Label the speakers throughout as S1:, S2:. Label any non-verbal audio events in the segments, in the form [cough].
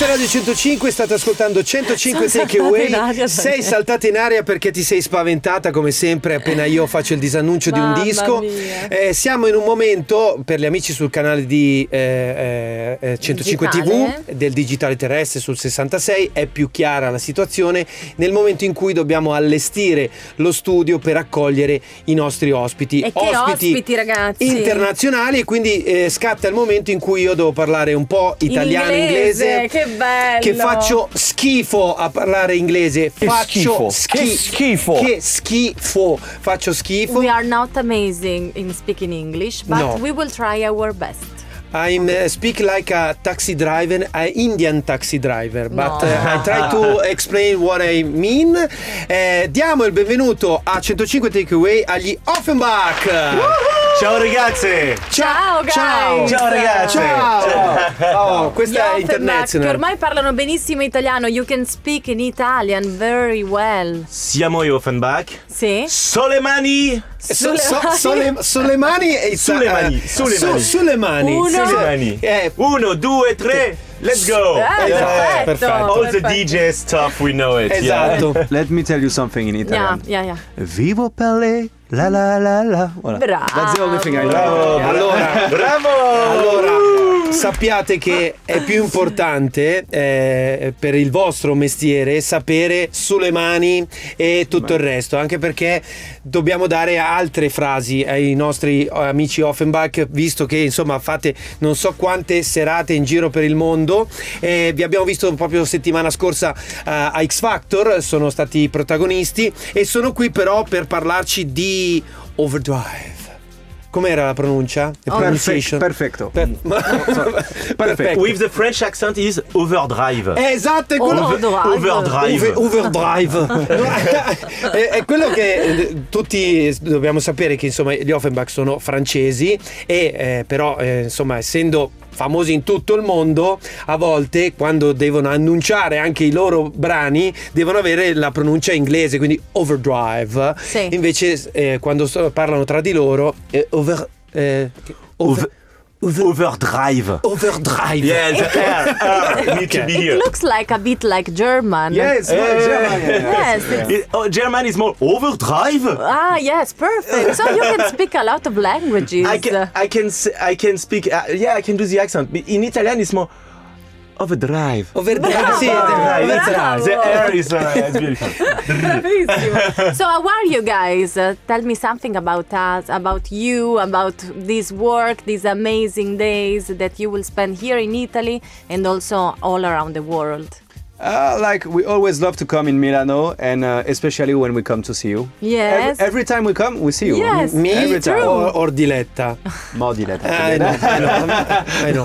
S1: Radio 105 state ascoltando 105
S2: Sono saltata
S1: Take
S2: in
S1: Away.
S2: aria
S1: Sei
S2: perché-
S1: saltata in aria perché ti sei spaventata come sempre appena io faccio il disannuncio di un
S2: Mamma
S1: disco.
S2: mia.
S1: Eh, siamo in un momento per gli amici sul canale di eh, eh, eh, 105
S3: Digitale.
S1: TV del digitale terrestre sul 66 è più chiara la situazione nel momento in cui dobbiamo allestire lo studio per accogliere i nostri ospiti.
S3: E che ospiti, ragazzi?
S1: internazionali e quindi eh, scatta il momento in cui io devo parlare un po' italiano
S2: Inglese,
S1: inglese,
S2: che bello.
S1: che faccio schifo a parlare inglese
S4: Che
S1: faccio
S4: schifo, che schifo.
S1: che schifo faccio schifo
S3: We are not amazing in speaking English, but
S1: No.
S3: we will try our best.
S1: I'm uh, speak like a taxi driver, a Indian taxi driver, but
S3: No.
S1: uh, I try to
S4: [laughs]
S1: explain what I mean. Eh, diamo il benvenuto a 105 Takeaway agli Offenbach.
S4: Ciao ragazze!
S3: Ciao, guys.
S1: ciao.
S4: Ciao ragazzi!
S1: Ciao! Oh,
S3: Gli
S1: questa è
S3: Offenbach,
S1: internazionale.
S3: Che ormai parlano benissimo italiano. You can speak in Italian very well.
S4: Siamo i Offenbach.
S3: Sì?
S4: Soleimani!
S1: So- so- Sole- Soleimani e eh,
S4: Sulle mani, sulle
S1: Su-
S4: mani.
S1: sulle mani.
S3: Uno.
S1: Sì, sì.
S4: Soleimani!
S1: Eh,
S4: Uno, due, tre, let's go! Eh,
S3: Ah,
S1: Esatto,
S3: perfetto.
S1: perfetto.
S4: All the DJ stuff, we know it.
S1: esatto.
S5: Let me tell you something in
S3: Yeah,
S5: Italian.
S3: yeah, yeah.
S5: Vivo per lei, la la la la. Voilà.
S3: Bravo.
S5: That's the only thing I know.
S4: yeah. Bravo, bra-
S1: Allora.
S4: bravo!
S1: Allora, sappiate che è più importante eh, per il vostro mestiere sapere sulle mani e tutto il resto, anche perché dobbiamo dare altre frasi ai nostri eh, amici Offenbach, visto che insomma fate non so quante serate in giro per il mondo. Eh, vi abbiamo visto proprio settimana scorsa eh, a X Factor, sono stati i protagonisti e sono qui però per parlarci di Overdrive. Com'era la pronuncia? The
S5: Perfect,
S1: pronunciation?
S5: perfetto.
S1: Per- ma-
S5: Perfetto.
S4: With the French accent is overdrive.
S1: Eh, esatto, è quello
S3: Oh,
S1: che-
S3: Overdrive.
S4: Overdrive.
S1: Over- overdrive. No, [laughs] è, è quello che eh, tutti dobbiamo sapere che insomma gli Offenbach sono francesi e eh, però eh, insomma essendo famosi in tutto il mondo a volte quando devono annunciare anche i loro brani devono avere la pronuncia inglese quindi overdrive
S3: Sì.
S1: invece eh, quando so- parlano tra di loro eh, over- eh, over- over-
S4: Overdrive.
S1: overdrive
S4: Yeah, the air, air, need to be
S3: It
S4: here.
S3: looks like a bit like German.
S5: Yes,
S4: Eh.
S5: well, German, yeah,
S3: Yes, it's-
S4: It- oh, German is more overdrive.
S3: Ah, yes, perfect. So you can speak a lot of languages.
S4: I can, I can, s- I can speak. Uh, yeah, I can do the accent. But in Italian, it's more overdrive.
S1: Overdrive,
S3: Bravo!
S1: sì,
S4: Overdrive,
S1: overdrive.
S4: it's-
S3: Bravo!
S4: The air is uh, it's beautiful.
S3: [laughs] Bravissimo. So how are you guys? Uh, tell me something about us, about you, about this work, these amazing days that you will spend here in Italy and also all around the world.
S5: Uh, like we always love to come in Milano, and uh, especially when we come to see you.
S3: Yes.
S5: Every, every time we come, we see you.
S3: Yes.
S1: Mi
S5: Every time.
S1: Eh,
S5: Oh, Uh,
S1: o, o diletta?
S5: More delete.
S1: Eh no, eh no, eh no.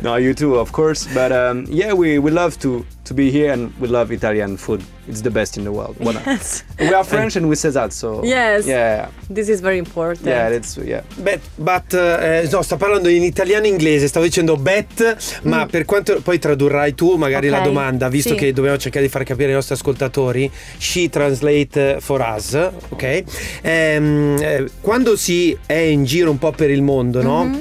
S5: no, you too, of course. But um, yeah, we, we love to, to be here, and we love Italian food. It's the best in the world. Why not? We are French, and we say that. So
S3: Yes.
S5: yeah,
S3: This is very important.
S5: yeah, that's yeah.
S1: Beh, but, eh, no, sta parlando in italiano e inglese, stavo dicendo bet, ma per quanto poi tradurrai tu magari
S3: Mm. Ok,
S1: la domanda, visto
S3: sì.
S1: che dobbiamo cercare di far capire ai nostri ascoltatori, she translate for us, ok? Ehm, eh, quando si è in giro un po' per il mondo, no?
S3: Mm-hmm.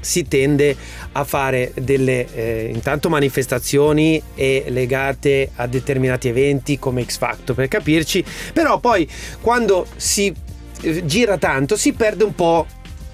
S1: si tende a fare delle eh, intanto manifestazioni e legate a determinati eventi come X Factor per capirci, però poi quando si eh, gira tanto si perde un po'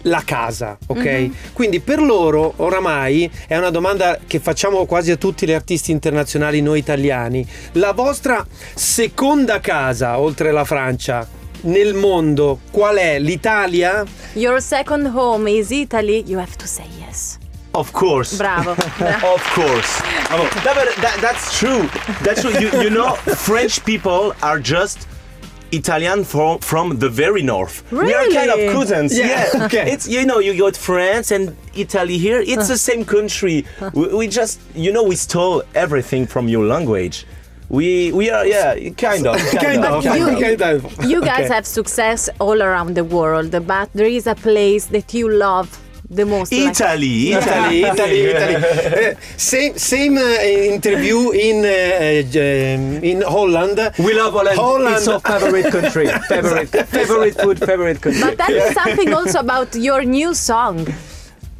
S1: la casa, ok?
S3: Mhm.
S1: Quindi per loro oramai è una domanda che facciamo quasi a tutti gli artisti internazionali noi italiani. La vostra seconda casa, oltre la Francia, nel mondo qual è? L'Italia?
S3: Your second home is Italy. You have to say yes.
S4: Of course.
S3: Bravo. Bra-
S4: [laughs] Of course. Bravo. No, but that, that's true. That's true. You, you know, French people are just Italian from from the very north. We are kind
S3: Really?
S4: of cousins.
S1: Yeah,
S4: Yeah.
S1: okay.
S4: It's you know you got France and Italy here. It's the same country. We, we just you know we stole everything from your language. We we are yeah kind
S5: [laughs]
S4: of kind,
S1: [laughs]
S4: of.
S3: you-
S1: kind of.
S3: You guys
S1: Ok.
S3: have success all around the world, but there is a place that you love the most. like-
S4: Italy.
S1: Italy, Italy, Italy. Eh, same same eh, interview in, eh, eh, in Holland.
S5: We love Holland.
S1: Holland.
S5: It's our favorite country. favorite, favorite food, favorite country.
S3: But tell me something also about your new song.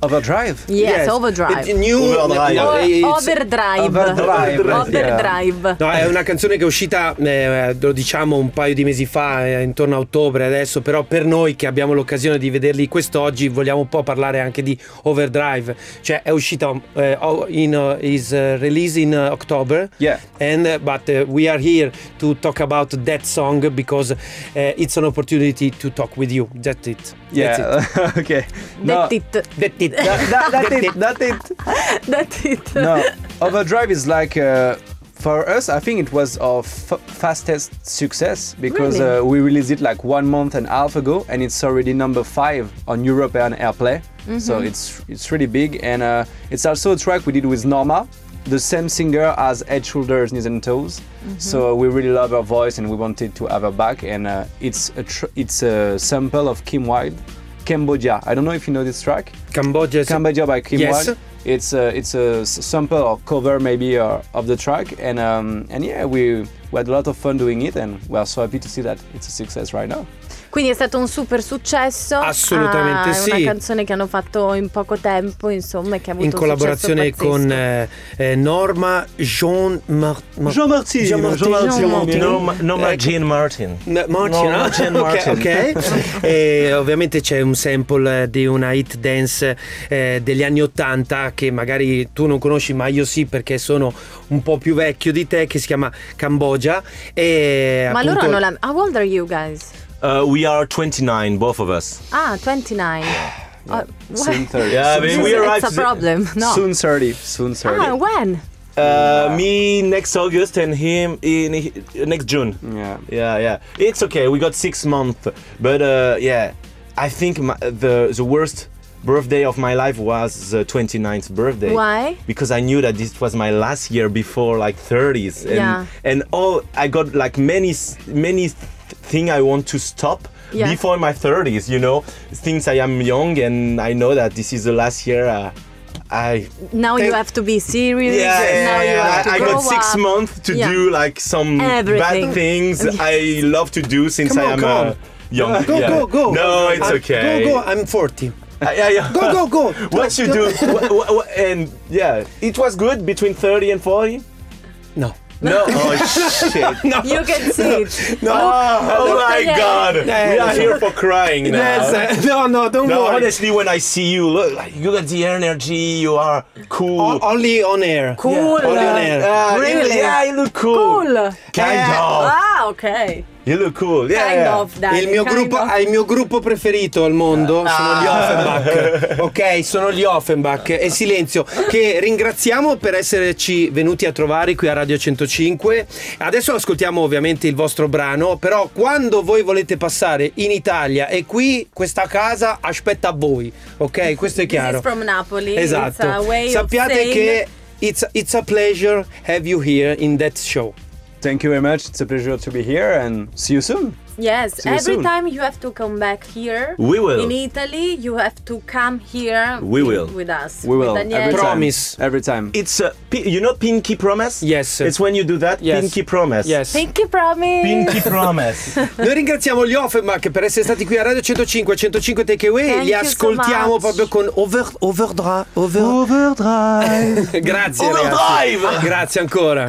S5: Overdrive.
S3: Yes, overdrive.
S1: It- new-
S4: Overdrive.
S1: no,
S3: O-
S1: it's-
S3: overdrive.
S5: Overdrive, yeah.
S3: Overdrive.
S1: No, è una canzone che è uscita, eh, lo diciamo, un paio di mesi fa, eh, intorno a ottobre adesso, però per noi che abbiamo l'occasione di vederli quest'oggi vogliamo un po' parlare anche di Overdrive, cioè è uscita eh, o- in uh, is uh, release in uh, October.
S5: Yeah.
S1: And uh, but uh, we are here to talk about that song because uh, it's an opportunity to talk with you. That's it. That's
S5: Yeah. okay. No.
S3: That it. [laughs]
S1: it. That's it.
S5: [laughs] That, that, that it. That it.
S3: That it.
S5: No. Overdrive is like. Uh, for us, I think it was our f- fastest success because
S3: Really?
S5: uh, we released it like one month and a half ago, and it's already number five on European Airplay. So it's it's really big, and uh, it's also a track we did with Norma, the same singer as Head, Shoulders, Knees and Toes. So we really love her voice, and we wanted to have her back. And uh, it's a tr- it's a sample of Kim Wilde, Cambodia. I don't know if you know this track.
S1: Cambodia. is-
S5: Cambodia by Kim
S1: Yes.
S5: Wilde. It's a it's a s- sample or cover maybe uh, of the track, and um, and yeah, we we had a lot of fun doing it, and we are so happy to see that it's a success right now.
S3: Quindi è stato un super successo.
S1: Assolutamente
S3: Ah, È
S1: sì.
S3: una canzone che hanno fatto in poco tempo, insomma, e che ha avuto
S1: in
S3: un
S1: collaborazione
S3: successo
S1: con
S3: pazzesco.
S1: eh, eh, Norma Jean Mar- Mar-
S5: Martin,
S3: Jean Martin.
S4: No, no, ma- Jean Martin.
S1: No, Martin,
S4: No,
S1: ah, [laughs]
S4: Jean
S1: ok,
S4: Martin. [laughs]
S1: ok. e ovviamente c'è un sample eh, di una hit dance eh, degli anni 80 che magari tu non conosci ma io sì perché sono un po' più vecchio di te che si chiama Cambogia e
S3: Ma
S1: eh, appunto-
S3: loro hanno la. How old are you guys?
S4: Uh, we are 29, both of us.
S3: Ah, 29. Ah,
S5: Soon
S3: why-
S5: thirty.
S4: Yeah, I
S5: soon,
S4: mean, we
S3: [laughs] It's
S4: arrived.
S3: a problem, no.
S5: soon thirty. Soon thirty.
S3: Ah, when?
S4: Uh, me next August and him in uh, next June.
S5: Yeah.
S4: Yeah, yeah. It's okay. We got six months, but uh, yeah, I think my, the the worst birthday of my life was the 29th birthday.
S3: Why?
S4: Because I knew that this was my last year before like 30s, and
S3: Yeah.
S4: and all I got like many s- many th- thing I want to stop.
S3: Yeah.
S4: Before my 30s, you know, since I am young and I know that this is the last year uh, I
S3: Now you
S4: Thank-
S3: have to be serious.
S4: yeah,
S3: now you have to
S4: I, I
S3: grow
S4: got six
S3: up.
S4: months to
S3: Yeah.
S4: do like some
S3: Everything.
S4: bad
S3: [laughs]
S4: things
S3: Yes.
S4: I love to do since
S1: Come
S4: I
S1: on,
S4: am
S1: come
S4: uh,
S1: on.
S4: young.
S1: Go,
S4: yeah.
S1: go, go.
S4: No, it's
S1: I'm-
S4: okay.
S1: Go, go, I'm 40.
S4: Uh, yeah, yeah.
S1: Go, go, go.
S4: [laughs] what you do? wha- wha- wha- and yeah, it was good between 30 and 40.
S1: No.
S4: No,
S1: [laughs]
S4: oh shit.
S1: No.
S3: You can see it.
S1: No.
S4: Oh, oh
S3: Look
S4: my
S3: at that.
S1: Yeah,
S4: god, we are
S1: that's-
S4: here for crying now.
S1: Yes, eh, no, no, don't
S4: no,
S1: worry.
S4: honestly, when I see you, look, like, you got the energy. You are cool.
S1: O- Only on air.
S3: Cool.
S1: Only on air.
S4: Yeah, you-
S3: Really?
S4: Yeah, you look cool.
S3: Cool.
S4: Kind of.
S3: Ah, ok.
S4: You look cool. Yeah.
S3: Kind
S4: yeah.
S3: of, dai. Ah.
S1: il mio
S3: kind
S1: gruppo,
S3: of.
S1: ah, il mio gruppo preferito al mondo sono gli
S3: [laughs]
S1: Offenbach. ok, sono gli Offenbach e Silenzio che ringraziamo per esserci venuti a trovare qui a Radio 105. Adesso ascoltiamo ovviamente il vostro brano, però quando voi volete passare in Italia e qui questa casa aspetta voi. Ok, questo è
S3: This
S1: chiaro.
S3: is from Napoli. It's a
S1: Esatto.
S3: way of
S1: Sappiate
S3: saying-
S1: che it's, it's a pleasure have you here in that show.
S5: Thank you very much. It's a pleasure to be here, and see you soon.
S3: Yes,
S5: See you
S3: every
S5: soon.
S3: time you have to come back here.
S4: We will.
S3: In Italy, you have to come here.
S4: We
S3: in-
S4: will.
S3: With us.
S5: We
S3: With
S5: will.
S3: Daniele.
S5: Every time.
S1: Promise.
S5: Every time.
S4: It's a pi- you know pinky promise.
S1: Yes.
S4: It's when you do that.
S1: Yes.
S4: Pinky promise.
S1: Yes.
S3: Pinky promise.
S1: [laughs]
S4: Pinky promise.
S1: Noi ringraziamo gli Offenbach per essere stati qui a Radio 105, 105 Takeaway.
S3: Thank
S1: Li
S3: you so
S1: ascoltiamo
S3: much.
S1: proprio con Over, Overdrive. Over, [laughs] grazie. ragazzi.
S4: Overdrive!
S1: Grazie ancora.